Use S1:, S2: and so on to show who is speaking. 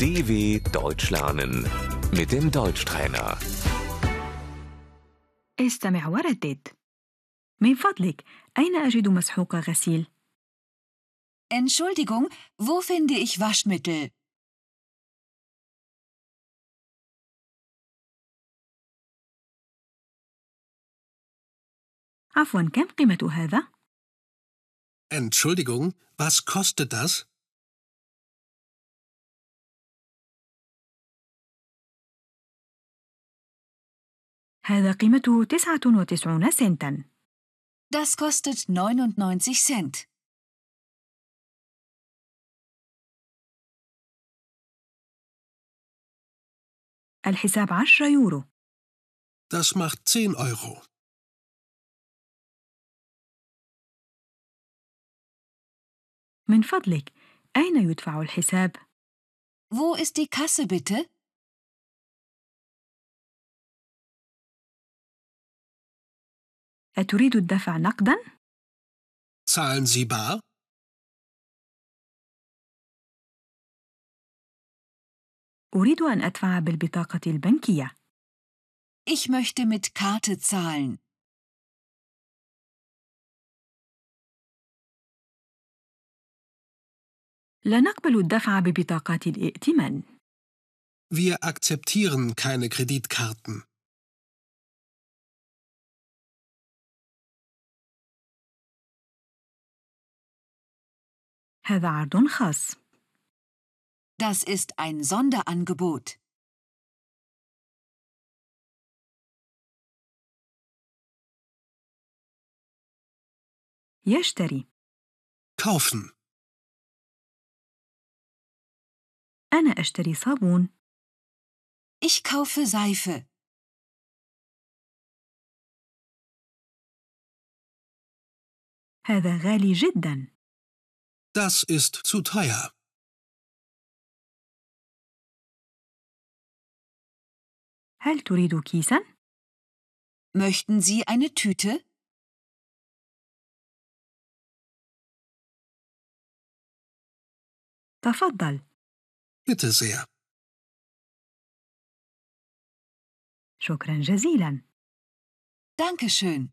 S1: DW Deutsch lernen mit dem Deutschtrainer.
S2: استمع وردد من فضلك أين أجد مسحوق غسيل؟
S3: Entschuldigung, wo finde ich Waschmittel?
S2: عفوا كم قيمة هذا؟
S4: Entschuldigung, was kostet das?
S2: هذا قيمته 99 سنتا
S3: Das kostet 99 Cent.
S2: الحساب 10 يورو
S4: Das macht 10 Euro.
S2: من فضلك أين يدفع الحساب؟
S3: Wo ist die Kasse bitte?
S2: أتريد الدفع نقدا؟
S4: Zahlen Sie bar?
S2: أريد أن أدفع بالبطاقة البنكية
S3: Ich möchte mit Karte zahlen.
S2: لا نقبل الدفع ببطاقات الائتمان
S4: Wir akzeptieren keine Kreditkarten.
S2: هذا عرض خاص
S3: Das ist ein Sonderangebot.
S2: يشتري
S4: Kaufen.
S2: أنا أشتري صابون
S3: Ich kaufe Seife.
S2: هذا غالي جدا
S4: Das ist zu teuer.
S2: هل تريد كيسا؟
S3: Möchten Sie eine Tüte?
S2: تفضل
S4: Bitte sehr.
S2: شكرا جزيلا
S3: Dankeschön.